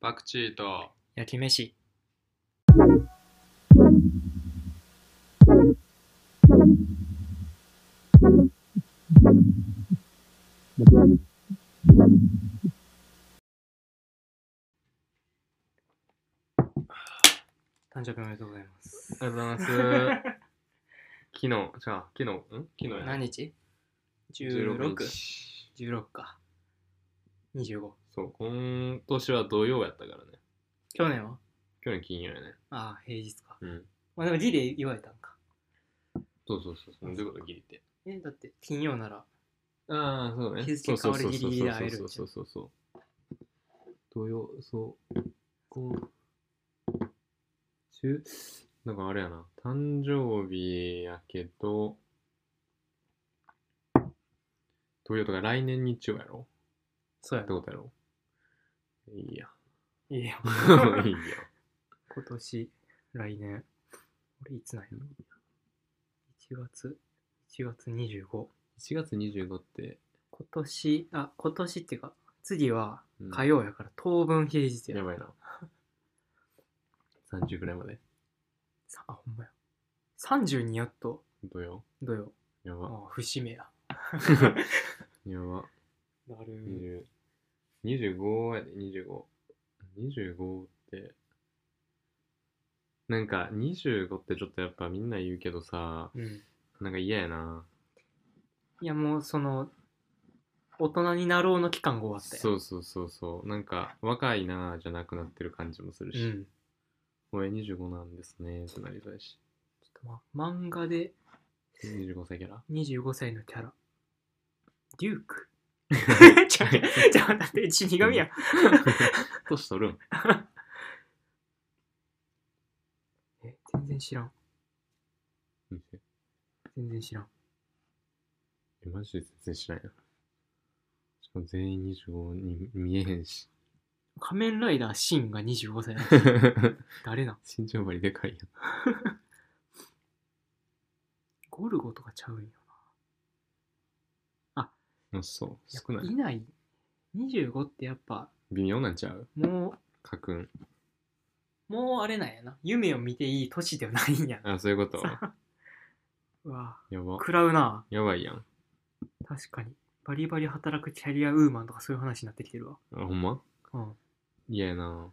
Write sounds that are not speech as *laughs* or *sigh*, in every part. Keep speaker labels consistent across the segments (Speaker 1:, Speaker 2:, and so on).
Speaker 1: パクチーと
Speaker 2: 焼き飯誕生日おめでとうございます
Speaker 1: ありがと *laughs* うございます昨日じゃあ昨日ん昨日や
Speaker 2: 何日
Speaker 1: 16
Speaker 2: ?1616
Speaker 1: 日
Speaker 2: か25
Speaker 1: そう今年は土曜やったからね
Speaker 2: 去年は
Speaker 1: 去年金曜やね
Speaker 2: ああ平日か
Speaker 1: うん
Speaker 2: まあでも D で言われたんか
Speaker 1: そうそうそうそうどういうことギリって
Speaker 2: えだって金曜なら
Speaker 1: ああそうね
Speaker 2: 日付変わるギリギリで会える
Speaker 1: そうそうそうそうそうそう土曜そうこう中だからあれやな誕生日やけど土曜とか来年日曜やろ
Speaker 2: そうや
Speaker 1: ってことやろいいや
Speaker 2: いいよ
Speaker 1: *laughs* いいや
Speaker 2: 今年、来年。俺、いつなんやろ ?1 月、1月25。
Speaker 1: 1月25って
Speaker 2: 今年、あ、今年っていうか、次は
Speaker 1: うん
Speaker 2: 火曜やから、当分平日や。
Speaker 1: やばいな30ぐらいまで
Speaker 2: さあ、ほんまや。32やっと、
Speaker 1: 土曜
Speaker 2: 土曜。
Speaker 1: や
Speaker 2: あ
Speaker 1: ば
Speaker 2: あ、節目
Speaker 1: *laughs*
Speaker 2: や。
Speaker 1: やば
Speaker 2: なる
Speaker 1: 20 25やで、25。25って、なんか25ってちょっとやっぱみんな言うけどさ、
Speaker 2: うん。
Speaker 1: なんか嫌やな。
Speaker 2: いや、もう、その、大人になろうの期間が終わったやん。
Speaker 1: そうそうそうそう。なんか若いなじゃなくなってる感じもする
Speaker 2: う
Speaker 1: し、
Speaker 2: ん。
Speaker 1: 俺25なんですねってなりそうや *laughs* し。
Speaker 2: ちょっとま、漫画で
Speaker 1: 25歳キ *laughs* ャラ
Speaker 2: 25歳のキャラ。デュ
Speaker 1: *laughs*
Speaker 2: ーク。 *laughs* ちゃう、ちゃう、だって、死神やん。
Speaker 1: 年取るん。
Speaker 2: え、全然知らん。全然知らん。
Speaker 1: えマジで全然知らんやん。しかも全員25に見えへんし。 *laughs*
Speaker 2: 仮面ライダーシンが25歳なの *laughs* 誰なん
Speaker 1: 身長割りでかいやん。
Speaker 2: ゴルゴとかちゃうんよ
Speaker 1: もうそう、
Speaker 2: やっ
Speaker 1: 少
Speaker 2: ぱ
Speaker 1: ない
Speaker 2: い。ない25ってやっぱ
Speaker 1: 微妙なんちゃう
Speaker 2: も
Speaker 1: 家訓。
Speaker 2: うもうあれなんやな夢を見ていい年ではないんやな
Speaker 1: あ、そういうこと
Speaker 2: うわ
Speaker 1: やば。
Speaker 2: 食らうな
Speaker 1: やばいやん。
Speaker 2: 確かにバリバリ働くキャリアウーマンとかそういう話になってきてるわ
Speaker 1: あ、ほんま
Speaker 2: うん
Speaker 1: 嫌やな。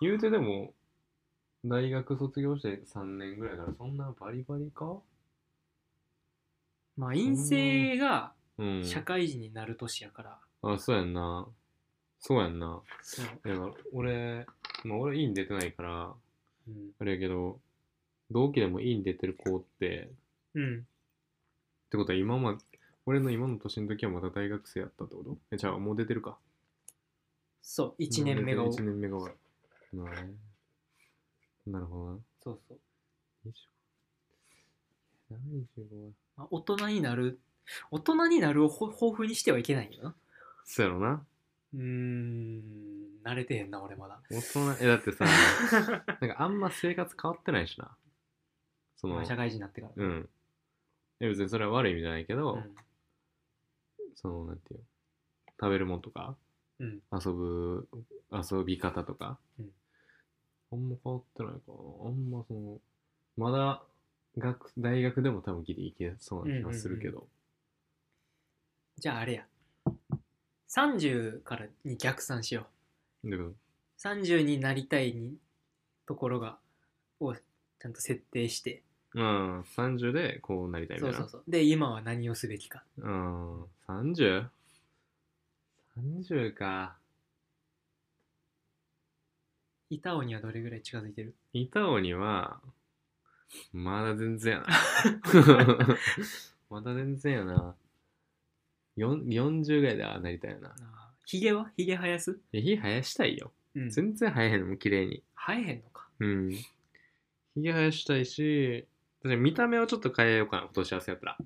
Speaker 1: 言うてでも、大学卒業して3年ぐらいからそんなバリバリか
Speaker 2: まあ陰性が
Speaker 1: うん。
Speaker 2: 社会人になる年やから、
Speaker 1: あ、そうやんな。そうやんな。
Speaker 2: そう、
Speaker 1: だから俺、まあ俺院出てないから、
Speaker 2: うん、
Speaker 1: あれやけど、同期でも院出てる子って、
Speaker 2: うん、
Speaker 1: ってことは今ま、俺の今の年の時はまだ大学生やったってことえ、じゃあもう出てるか。
Speaker 2: そう1年目が
Speaker 1: 1
Speaker 2: そう
Speaker 1: 年目が終わる。なるほどなるほどな。
Speaker 2: そう、
Speaker 1: 25。25は。
Speaker 2: まあ、大人になる大人になるをほ抱負にしてはいけないよな
Speaker 1: そうやろな。
Speaker 2: うーん慣れてへんな俺まだ
Speaker 1: 大人、え、だって
Speaker 2: *laughs*
Speaker 1: さ、なんかあんま生活変わってないしな。その、
Speaker 2: 社会人になってから、
Speaker 1: うん。え、別にそれは悪い意味じゃないけど、
Speaker 2: うん
Speaker 1: その、なんていうの食べるもんとか、
Speaker 2: うん
Speaker 1: 遊ぶ、遊び方とか、
Speaker 2: うん
Speaker 1: あんま変わってないかな。あんまその、まだ、学、大学でも多分ギリいけそうな気がするけど、
Speaker 2: じゃああれや30からに逆算しよ
Speaker 1: だけど
Speaker 2: う30になりたいにところがをちゃんと設定して
Speaker 1: うん、30でこうなりたいみたい
Speaker 2: そう
Speaker 1: な。
Speaker 2: そうそうで今は何をすべきか
Speaker 1: うん、30?30 30か。
Speaker 2: 板尾にはどれぐらい近づいてる
Speaker 1: 板尾には、まだ全
Speaker 2: *laughs*
Speaker 1: 然やな。まだ全然やな。よん40ぐらいでああなりたいよな。
Speaker 2: あーヒゲはヒゲ生やす、
Speaker 1: え、火生やしたいよ。
Speaker 2: うん、生
Speaker 1: 全然生えへんの、綺麗に。
Speaker 2: えへんのか
Speaker 1: うん。火生やしたいし、私見た目をちょっと変えようかな、今年はせやったら。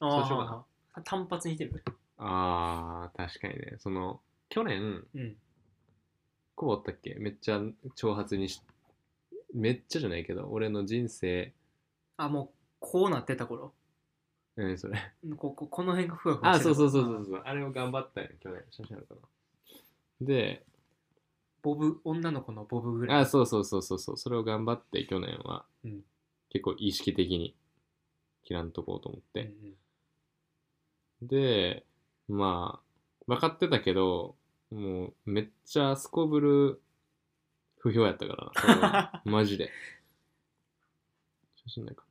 Speaker 2: あ
Speaker 1: そうしようか
Speaker 2: あー単発にしてる
Speaker 1: あー、確かにね。その、去年、
Speaker 2: うん
Speaker 1: こうだったっけめっちゃ挑発にしめっちゃじゃないけど俺の人生
Speaker 2: あもうこうなってた頃
Speaker 1: 何それ
Speaker 2: うんこここの辺がふわふわ
Speaker 1: あ
Speaker 2: して
Speaker 1: そう
Speaker 2: た
Speaker 1: そう
Speaker 2: 頃
Speaker 1: そうそうそうあれを頑張ったんよ去年写真あるかなで
Speaker 2: ボブ、女の子のボブぐらい。
Speaker 1: あ、そうそうそうそうそう。それを頑張って去年は、
Speaker 2: うん
Speaker 1: 結構意識的に切らんとこうと思っ
Speaker 2: うん
Speaker 1: て。で、まあ、分かってたけど、もうめっちゃすこぶる不評やった
Speaker 2: *laughs*
Speaker 1: からなそれは、マジで。写真ないか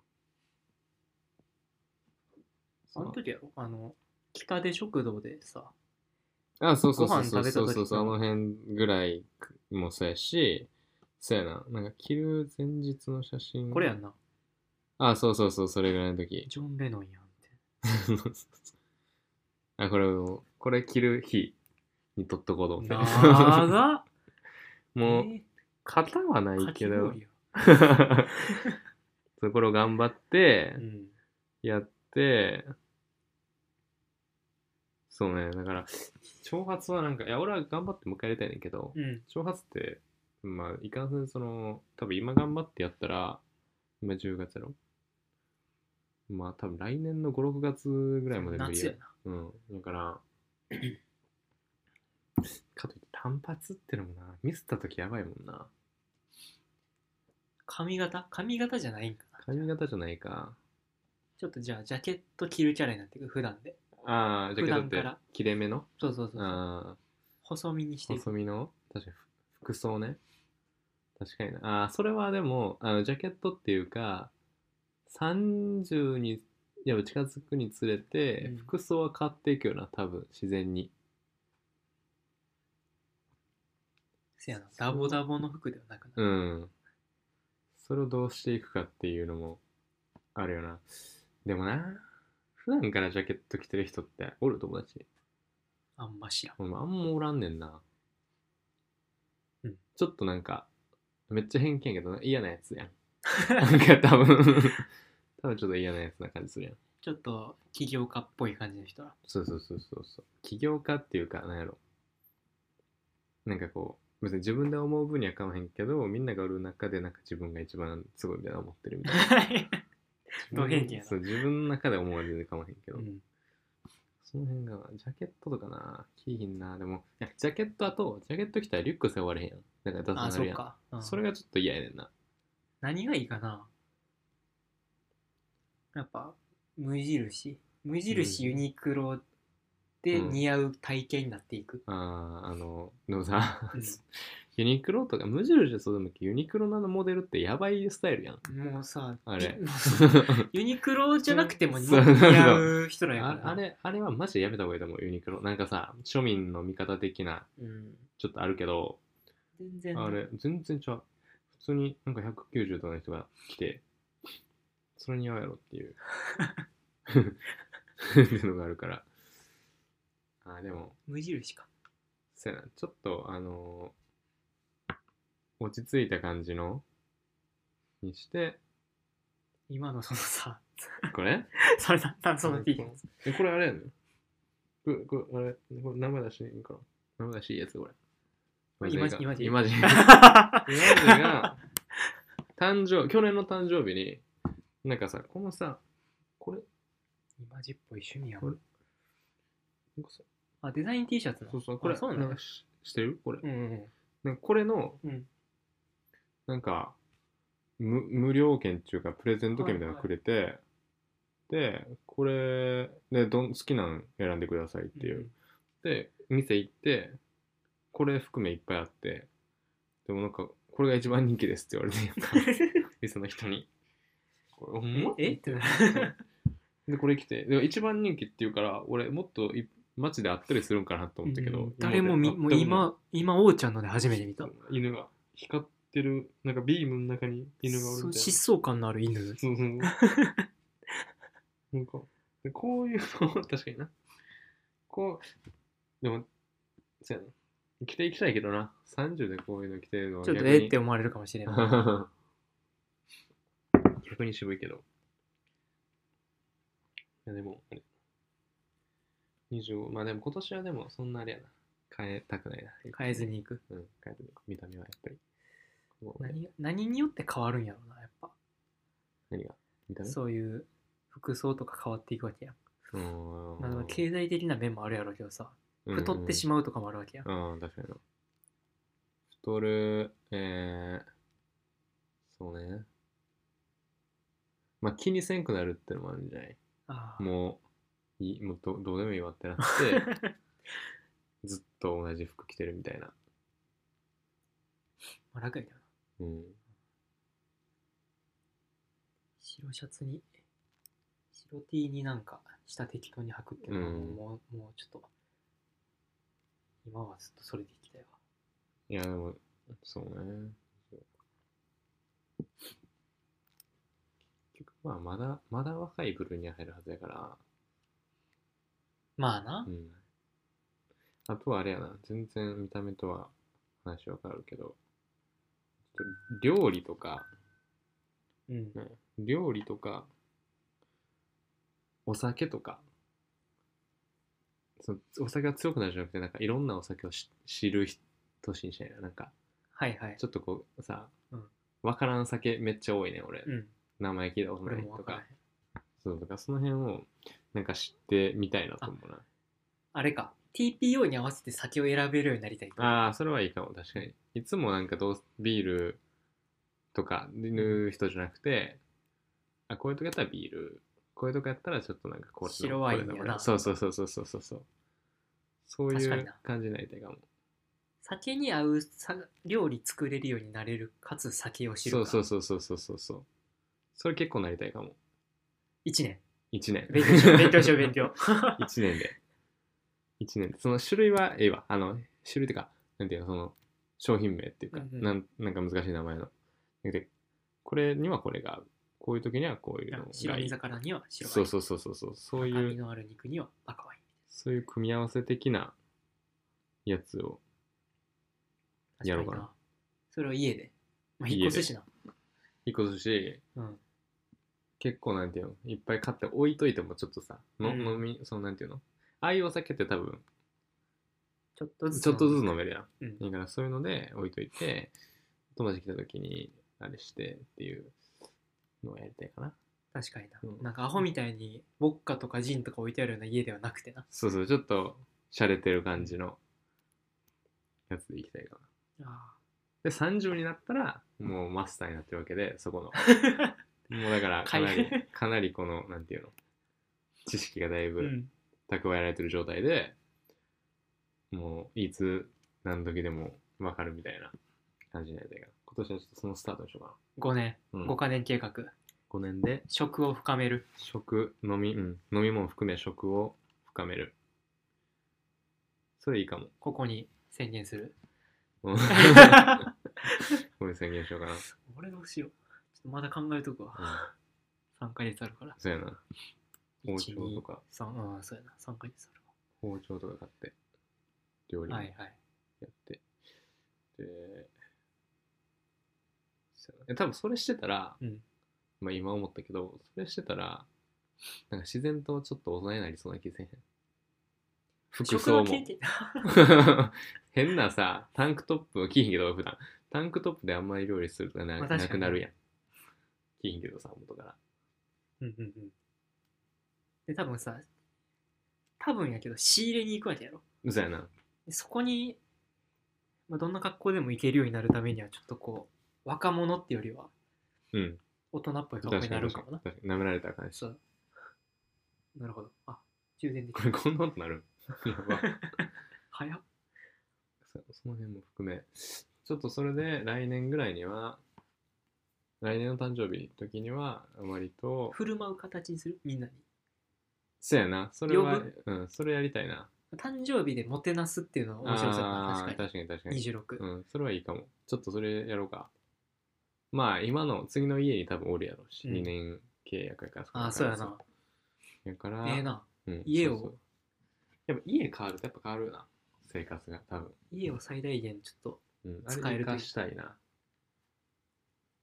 Speaker 2: うん。あの時やろあの、北で食堂でさ、
Speaker 1: あ、そうそうそう
Speaker 2: ご
Speaker 1: そう
Speaker 2: 飯食べた
Speaker 1: そ
Speaker 2: 時
Speaker 1: う
Speaker 2: の
Speaker 1: そうそう、あの辺ぐらいもそうやし、そうやな、なんか着る前日の写真。
Speaker 2: これやんな。
Speaker 1: あ、そうそうそう、それぐらいの時。 *laughs*
Speaker 2: ジョン・レノンやんって。
Speaker 1: あ、これを、これ着る日に撮っとこうと思って。
Speaker 2: 長っ
Speaker 1: *laughs* もう、
Speaker 2: え
Speaker 1: 型はな
Speaker 2: ー
Speaker 1: い
Speaker 2: か
Speaker 1: け
Speaker 2: き
Speaker 1: ど
Speaker 2: 氷、や。
Speaker 1: *laughs* そこを頑張って
Speaker 2: う、ん。
Speaker 1: やって、そうね、だから、挑発はなんか、いや、俺は頑張ってもう一回やりたいねんけど、
Speaker 2: うん。
Speaker 1: 挑発って、まあ、いかんせん、その、多分今頑張ってやったら、今10月やろまあ、多分来年の5、6月ぐらいまで無理
Speaker 2: 夏
Speaker 1: や
Speaker 2: や。な。
Speaker 1: うん。だ
Speaker 2: *clears throat*
Speaker 1: から、かといって単発ってのもな、ミスった時やばいもんな。
Speaker 2: 髪型髪型じゃないんかな。
Speaker 1: 髪型じゃないか。
Speaker 2: ちょっとじゃあ、ジャケット着るキャラになってくる、普段で。
Speaker 1: ああ、ジャケットっ
Speaker 2: 普
Speaker 1: て
Speaker 2: 段から、
Speaker 1: 切れ目の
Speaker 2: そうそうそうそう。
Speaker 1: ああ。
Speaker 2: 細身にしていく
Speaker 1: 細。身の確かにふ服装ね確かになあーそれはでもあのジャケットっていうか30にやっぱ近づくにつれて
Speaker 2: うん
Speaker 1: 服装は変わっていくよな多分自然に
Speaker 2: せやな。ダボダボの服ではなくな
Speaker 1: う
Speaker 2: る。
Speaker 1: んそれをどうしていくかっていうのもあるよなでもな普段からジャケット着てる人っておる友達
Speaker 2: あんましやん。
Speaker 1: 俺もあんまおらんねんな、
Speaker 2: うん
Speaker 1: ちょっとなんかめっちゃ偏見やけどな嫌なやつや
Speaker 2: *laughs*
Speaker 1: んなんか多分多分ちょっと嫌なやつな感じするやん
Speaker 2: ちょっと、起業家っぽい感じ
Speaker 1: *laughs*
Speaker 2: の人は。 *laughs*
Speaker 1: そうそうそうそうそう起業家っていうかなんやろなんかこう別に自分で思う分には構わへんけどみんながおる中でなんか自分が一番すごいみたいな思ってるみたいな
Speaker 2: ド偏見やな
Speaker 1: そう自分の中で思われるかまへんけど、
Speaker 2: うん。
Speaker 1: その辺がジャケットとかな着いひんなでもいやジャケットあとジャケット着たらリュック背負われへんやんだからダ
Speaker 2: あ、
Speaker 1: サな
Speaker 2: そ
Speaker 1: る
Speaker 2: う
Speaker 1: やん
Speaker 2: か。うん
Speaker 1: それがちょっと嫌やねんな。
Speaker 2: 何がいいかなやっぱ無印無印ユニクロで
Speaker 1: うん
Speaker 2: 似合う体型になっていく、
Speaker 1: あーあの、でもさ *laughs*
Speaker 2: うん、
Speaker 1: ユニクロとか、無印でそうでもいいけどユニクロのあのモデルってやばいスタイルやん。
Speaker 2: もうさ
Speaker 1: あれ
Speaker 2: *laughs* ユニクロじゃなくても
Speaker 1: そう
Speaker 2: 似合う人らやから
Speaker 1: あ
Speaker 2: な
Speaker 1: あ、れ、あれはマジでやめた方がいいと思う、ユニクロ。なんかさ、庶民の味方的な、
Speaker 2: うん、
Speaker 1: ちょっとあるけど、
Speaker 2: 全然
Speaker 1: あれ、全然ちゃう。普通になんか190度の人が来て、それ似合うやろって
Speaker 2: *laughs*
Speaker 1: いう。 *laughs* っていうのがあるから。あー、でも、
Speaker 2: 無印か
Speaker 1: そうやな、ちょっと、あのー落ち着いた感じのにして、
Speaker 2: 今のそのさ *laughs*
Speaker 1: これ
Speaker 2: それだその T シャツ
Speaker 1: え、これあれやねん。これ、これ、あれ、これ名前出していいんかな名前出していいやつ、これ。
Speaker 2: イマジイマジ
Speaker 1: イマジ。イマジ
Speaker 2: *laughs*
Speaker 1: が、誕生、去年の誕生日に、なんかさ、このさ、これ、
Speaker 2: 今じっぽい趣味や
Speaker 1: これ
Speaker 2: ん
Speaker 1: なんかさ
Speaker 2: あデザイン T シャツな
Speaker 1: そうそう、これ、
Speaker 2: あそうな
Speaker 1: なん
Speaker 2: んだ
Speaker 1: かししてるこれ。
Speaker 2: うんうん
Speaker 1: なんかこれの、
Speaker 2: うん
Speaker 1: なんか、無無料券っていうか、プレゼント券みたいなのくれて、で、これ、でどん、好きなの選んでくださいっていう。で、店行って、これ含めいっぱいあって、でもなんか、これが一番人気ですって言われ
Speaker 2: *laughs*
Speaker 1: て、店の人に。これ、ほんま
Speaker 2: ええってな
Speaker 1: *laughs* で、これ来て、でも一番人気って言うから、俺、もっとい街であったりするんかなと思ったけど、
Speaker 2: うん誰もみもう今今王ちゃんので初めて見た
Speaker 1: 犬が光ってるなんかビームの中に犬がおるみたいな
Speaker 2: そう疾走感のある犬
Speaker 1: そうそうそうなんかでこういう *laughs* の確かになこうでもそうやな着ていきたいけどな30でこういうの着てるのは
Speaker 2: ちょっと
Speaker 1: 逆
Speaker 2: え
Speaker 1: に
Speaker 2: ーって思われるかもしれない
Speaker 1: *laughs* 逆に渋いけどいやでもあれ25まあでも今年はでもそんなあれやな変えたくないな
Speaker 2: 変えずにいく
Speaker 1: うん変えてる見た目はやっぱりこうね
Speaker 2: 何何によって変わるんやろうなやっぱ
Speaker 1: 何が見た目
Speaker 2: そういう服装とか変わっていくわけやん
Speaker 1: うーん
Speaker 2: まあでも経済的な面もあるやろうけどさ太ってしまうとかもあるわけやん
Speaker 1: まうん、うん、確かにな。トル、えー、そうね。まあ、気にせんくなるってのもあるんじゃない
Speaker 2: ああ。
Speaker 1: もう、いいもうどどうでもいいわってなって、
Speaker 2: *laughs*
Speaker 1: ずっと同じ服着てるみたいな。
Speaker 2: まあ楽やけどな。
Speaker 1: うん。
Speaker 2: 白シャツに、白 T になんか、下適当に履くっていうのはもう、
Speaker 1: うん
Speaker 2: もうもうちょっと、今はずっとそれでいきたいわ。
Speaker 1: いや、でも、そうね。結局、まあ、まだ、まだ若い部類には入るはずやから、
Speaker 2: まあな
Speaker 1: う。ん。あとはあれやな、全然見た目とは話は変わるけど、ちょっと料理とか、
Speaker 2: うん。
Speaker 1: ね料理とか、お酒とか、そのお酒が強くなるじゃなくて、なんかいろんなお酒をし知る人年にしたいな。なんか、
Speaker 2: はいはい。
Speaker 1: ちょっとこうさ
Speaker 2: うん、
Speaker 1: わ、からん酒めっちゃ多いね、俺。
Speaker 2: うん。
Speaker 1: 名前聞いたこと
Speaker 2: 俺
Speaker 1: ない
Speaker 2: もわ
Speaker 1: と
Speaker 2: からへ
Speaker 1: か
Speaker 2: ん。。
Speaker 1: そうとか、その辺を、なんか知ってみたいなと思うな。
Speaker 2: あれか。TPO に合わせて酒を選べるようになりたいと。
Speaker 1: ああー、それはいいかも、確かに。いつもなんかどうビールとか塗る人じゃなくて、あ、こういう時やったらビール、こういう時やったらちょっとなんかこれの
Speaker 2: 白ワイン
Speaker 1: これの
Speaker 2: やな
Speaker 1: そうそうそうそうそうそうそう。そうい
Speaker 2: 確かに
Speaker 1: う
Speaker 2: な
Speaker 1: 感じになりたいかも。
Speaker 2: 酒に合うさ料理作れるようになれる、かつ酒を知
Speaker 1: そ
Speaker 2: る
Speaker 1: う
Speaker 2: か。
Speaker 1: そうそうそうそうそうそう。それ結構なりたいかも。
Speaker 2: 1年。
Speaker 1: 1年。
Speaker 2: 勉強しよ
Speaker 1: *laughs*
Speaker 2: う、勉強しよう、勉強。
Speaker 1: 一年で。一年で。その種類はええわ。あの、種類っていうか、なんていうの、その、商品名っていうか、
Speaker 2: うんうん
Speaker 1: なんなんか難しい名前の。で、これにはこれが合う。こういう時にはこういうの
Speaker 2: 白
Speaker 1: がい
Speaker 2: 身
Speaker 1: い。
Speaker 2: 魚には白
Speaker 1: そうそうそうそうそう。そうう
Speaker 2: 赤身
Speaker 1: いう、
Speaker 2: のある肉には赤ワイン。
Speaker 1: そういう組み合わせ的なやつを。やろうかな
Speaker 2: 確に。それを家で。まあ、
Speaker 1: 家で
Speaker 2: 引っ越すしな。
Speaker 1: 一個ずつし、
Speaker 2: うん。
Speaker 1: 結構なんていうの、いっぱい買って置いといてもちょっとさ、の
Speaker 2: うん
Speaker 1: 飲み、そのなんていうの。ああいうお酒って多分、
Speaker 2: ちょっとずつ。
Speaker 1: ちょっとずつ飲めるやん。
Speaker 2: うん。
Speaker 1: だからそういうので置いといて、友達来た時にあれしてっていうのをやりたいかな。
Speaker 2: 確かにな。
Speaker 1: うん
Speaker 2: なんかアホみたいに、ボッカとかジンとか置いてあるような家ではなくてな。
Speaker 1: そうそう、ちょっと洒落てる感じのやつでいきたいかな。
Speaker 2: あ
Speaker 1: で、30になったらもうマスターになってるわけで、そこの。
Speaker 2: *laughs*
Speaker 1: もうだからかな
Speaker 2: 海
Speaker 1: り、かなりこの、なんていうの、知識がだい
Speaker 2: あ。う
Speaker 1: ぶ
Speaker 2: ん。
Speaker 1: 蓄えられてる状態で、もういつ何時でもわかるみたいな感じになりたいかな。今年はちょっとそのスタートにしようか
Speaker 2: 5年。
Speaker 1: な。うん
Speaker 2: 5カ年計画。
Speaker 1: 5年で
Speaker 2: 食を深める。
Speaker 1: 食飲み、うん、飲み物含め食を深めるそれいい
Speaker 2: *laughs*
Speaker 1: かも
Speaker 2: ここに宣言する。
Speaker 1: *laughs* うんこれ宣言しようかな、
Speaker 2: 俺どうしよう。ちょっとまだ考えとくわ。
Speaker 1: うん、
Speaker 2: 3ヶ月あるから。
Speaker 1: そうやな包
Speaker 2: 1、
Speaker 1: 丁と
Speaker 2: 2、
Speaker 1: か
Speaker 2: 3、うん、そうやな。3ヶ月ある
Speaker 1: 包丁とか買って料理
Speaker 2: わ。
Speaker 1: も
Speaker 2: は
Speaker 1: や
Speaker 2: いはい。
Speaker 1: って、でそうやなえ多分それしてたら、
Speaker 2: うん
Speaker 1: まあ今思ったけどそれしてたらなんか自然とちょっと大人になりそうな気せえへん服
Speaker 2: 食
Speaker 1: 装
Speaker 2: の
Speaker 1: も
Speaker 2: 経験。
Speaker 1: *laughs* 変なさタンクトップ着ひんけど普段タンクトップであんまり料理するとかな,、
Speaker 2: まあ確かに
Speaker 1: なくなるやん着ひんけどさ元から
Speaker 2: うんうんうん。で、多分さ、多分やけど、仕入れに行くわけやろ。
Speaker 1: うそやな
Speaker 2: でそこに、まあ、どんな格好でも行けるようになるためには、ちょっとこう、若者ってよりは、
Speaker 1: うん
Speaker 2: 大人っぽい
Speaker 1: 確
Speaker 2: 格好に
Speaker 1: か
Speaker 2: な
Speaker 1: に
Speaker 2: る
Speaker 1: 確
Speaker 2: か
Speaker 1: か
Speaker 2: も
Speaker 1: に
Speaker 2: な。
Speaker 1: 確かに舐められた感じ
Speaker 2: そう。なるほど。あ、充電で
Speaker 1: こ
Speaker 2: き
Speaker 1: れ
Speaker 2: る。
Speaker 1: こんなことなるやば
Speaker 2: 早っ。
Speaker 1: そその辺も含めちょっとそれで来年ぐらいには来年の誕生日の時には割と
Speaker 2: 振る舞う形にするみんなに。
Speaker 1: そやなそれは
Speaker 2: 呼ぶ
Speaker 1: うんそれやりたいな
Speaker 2: 誕生日でもてなすっていうのは面白そうだな。
Speaker 1: あー
Speaker 2: 確かに。
Speaker 1: 確かに確かに
Speaker 2: 26。
Speaker 1: うん、それはいいかも。ちょっとそれやろうか。まあ、今の次の家に多分おるやろうし、
Speaker 2: うん
Speaker 1: 2年契約やから
Speaker 2: あー、そうやな。。
Speaker 1: だから、
Speaker 2: ええな。
Speaker 1: うん
Speaker 2: 家を
Speaker 1: そうそうやっぱ家変わるとやっぱ変わるよな、生活が、多分。
Speaker 2: 家を最大限ちょっと。
Speaker 1: うん、あれ
Speaker 2: 使えるという
Speaker 1: 生かしたいな。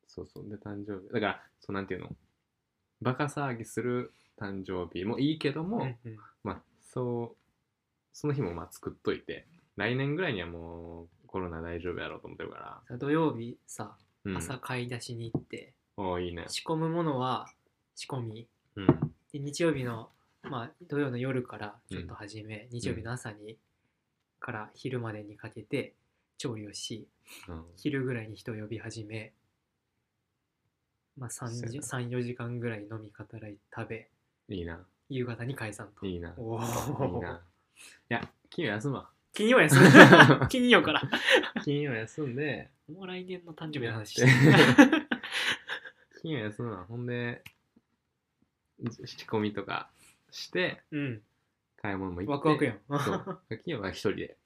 Speaker 1: そうそう。で、誕生日。だから、そうなんていうのバカ騒ぎする誕生日もいいけども、
Speaker 2: うんうん
Speaker 1: まあ、そう、その日もまあ作っといて、来年ぐらいにはもうコロナ大丈夫やろうと思ってるから。
Speaker 2: さ土曜日さ、
Speaker 1: うん、
Speaker 2: 朝買い出しに行って、
Speaker 1: おーいいね。
Speaker 2: 仕込むものは仕込み
Speaker 1: うん。
Speaker 2: で日曜日の、まあ、土曜の夜からちょっと始め、日曜日の朝に、から昼までにかけて調理をし
Speaker 1: うん
Speaker 2: 昼ぐらいに人を呼び始め、まあ、
Speaker 1: そうやな
Speaker 2: 34時間ぐらい飲み語らい食べ
Speaker 1: いいな。
Speaker 2: 夕方に解散と
Speaker 1: いいな。
Speaker 2: お
Speaker 1: いい
Speaker 2: お
Speaker 1: な。いや、金曜休ま
Speaker 2: 金曜やす
Speaker 1: *laughs*
Speaker 2: 金曜から
Speaker 1: ん。金曜休んで、
Speaker 2: もう来年の誕生日の話してる
Speaker 1: *laughs* 金曜休まん。ほんで、仕込みとかして、
Speaker 2: うん
Speaker 1: 買い物も行って。
Speaker 2: ワクワクやん
Speaker 1: *laughs* そう。金曜は一人で。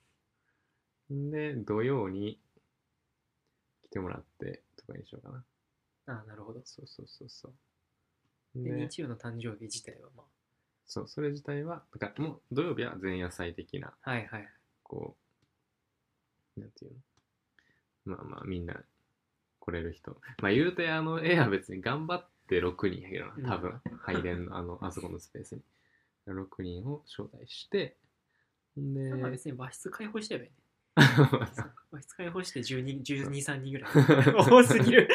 Speaker 1: んで、土曜に来てもらってとかにしようかな。
Speaker 2: ああなるほど
Speaker 1: そうそうそうそう。
Speaker 2: で
Speaker 1: で、
Speaker 2: 日曜の誕生日自体はま
Speaker 1: そう、それ自体は、だからもう土曜日は前夜祭的な、
Speaker 2: あはいはい
Speaker 1: こう、なんていうのまあまあ、みんな来れる人。まあ言うて、あの絵は別に頑張って6人やけどな、多分、拝殿のあ *laughs* の、あそこのスペースに。6人を招待して、んで、
Speaker 2: まあ別に和室開放しちゃえばいいね和室開放して12、12、3人
Speaker 1: *laughs*
Speaker 2: ぐらい。多すぎる。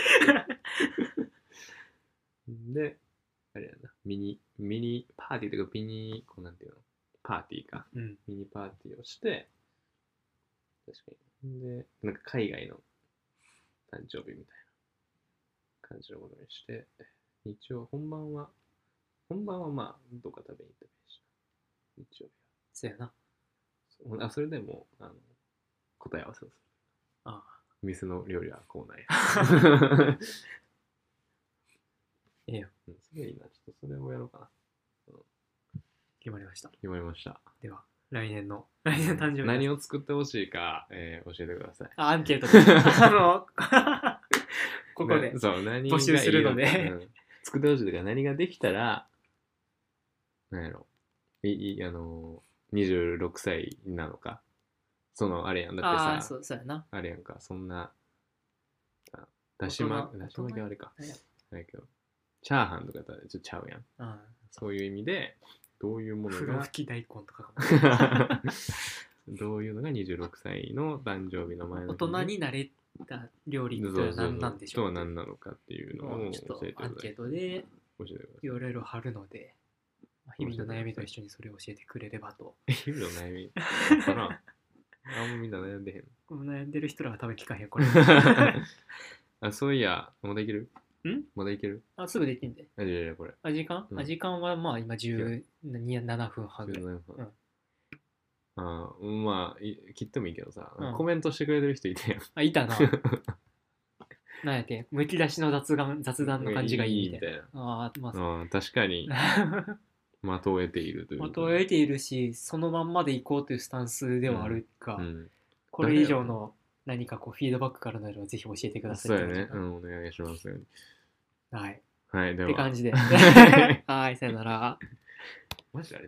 Speaker 1: *laughs* で、あれやな、ミニ、ミニパーティーというか、ミニ、こうなんていうの、パーティーか。
Speaker 2: うん。
Speaker 1: ミニパーティーをして、確かに。で、なんか海外の誕生日みたいな感じのものにして、日曜、本番は、本番はまあ、どっか食べに行ったりした。日曜
Speaker 2: そうやな。
Speaker 1: 日はそう。あ、それでも、あの、答え合わせをする。
Speaker 2: ああ
Speaker 1: 店の料理はこうなんや。
Speaker 2: *laughs* ええよ。
Speaker 1: うん、すごいいいな。ちょっとそれをやろうかな。
Speaker 2: 決まりました。
Speaker 1: 決まりました。
Speaker 2: では、来年の、来年 *laughs* の誕生日。
Speaker 1: 何を作ってほしいか、えー教えてください。
Speaker 2: あアンケート
Speaker 1: *laughs*
Speaker 2: で。あの、 *laughs* ここで
Speaker 1: な。そう何
Speaker 2: 募集するので
Speaker 1: がいいかうん作ってほしいとか何ができたらなんやろいいあのー26歳なのかそのあれやんだ
Speaker 2: あ
Speaker 1: っ
Speaker 2: あ、
Speaker 1: てさ
Speaker 2: そうそうやな。
Speaker 1: あれやんかそんなあだしま
Speaker 2: 大人
Speaker 1: だし巻きはあれか
Speaker 2: 大人
Speaker 1: あれやけどチャーハンとかだったらちょっとちゃうやん
Speaker 2: うん。
Speaker 1: そういう意味でどういうもの
Speaker 2: 風呂
Speaker 1: が
Speaker 2: 吹き大根とかか
Speaker 1: *laughs* どういうのが26歳の誕生日の前
Speaker 2: も。大
Speaker 1: の
Speaker 2: 人になれた料理とは何なんでし
Speaker 1: と
Speaker 2: ょう
Speaker 1: は何なのかっていうの
Speaker 2: も
Speaker 1: を
Speaker 2: うちょっ
Speaker 1: 教
Speaker 2: と
Speaker 1: えてく
Speaker 2: ア
Speaker 1: だ
Speaker 2: ン
Speaker 1: さ
Speaker 2: ケ
Speaker 1: い
Speaker 2: ートで
Speaker 1: 教えてください
Speaker 2: いろいろ貼るので、まあ日々の悩みと一緒にそれを教えてくれれ
Speaker 1: *laughs*
Speaker 2: ばと。
Speaker 1: 日々の悩みあった
Speaker 2: *laughs*
Speaker 1: な。あんまみんな悩んでへん。
Speaker 2: 悩んでる人らは多分聞かへん、
Speaker 1: *laughs*
Speaker 2: これ。 *laughs*
Speaker 1: あそういや、まだいける
Speaker 2: ん
Speaker 1: まだいける
Speaker 2: あ、すぐできんで。
Speaker 1: あ、いやいや、これ。
Speaker 2: あ時間、
Speaker 1: うん
Speaker 2: あ時間はまあ今17分半ぐらい。
Speaker 1: 17
Speaker 2: う
Speaker 1: 分
Speaker 2: ん。
Speaker 1: あーまあ、い切ってもいいけどさ、
Speaker 2: うん
Speaker 1: コメントしてくれてる人いて
Speaker 2: あ、い
Speaker 1: *laughs*
Speaker 2: たな。なんやって、むき出しの雑談雑
Speaker 1: や
Speaker 2: 談
Speaker 1: ん。
Speaker 2: の感じがいい
Speaker 1: み
Speaker 2: み
Speaker 1: た
Speaker 2: たい
Speaker 1: いな。
Speaker 2: な。ああ、まあ、
Speaker 1: うん、確か
Speaker 2: *laughs*
Speaker 1: に、的を得ているという。
Speaker 2: 的を得ているし、そのまんまでいこうというスタンスではあるか、
Speaker 1: うん。
Speaker 2: これ以上の何かこうフィードバックからのあればぜひ教えてください。
Speaker 1: そうやね。うん、お願いします。
Speaker 2: はい。
Speaker 1: はい、で
Speaker 2: って
Speaker 1: は
Speaker 2: *laughs* 感。じで。はい、さよなら。
Speaker 1: マジであれ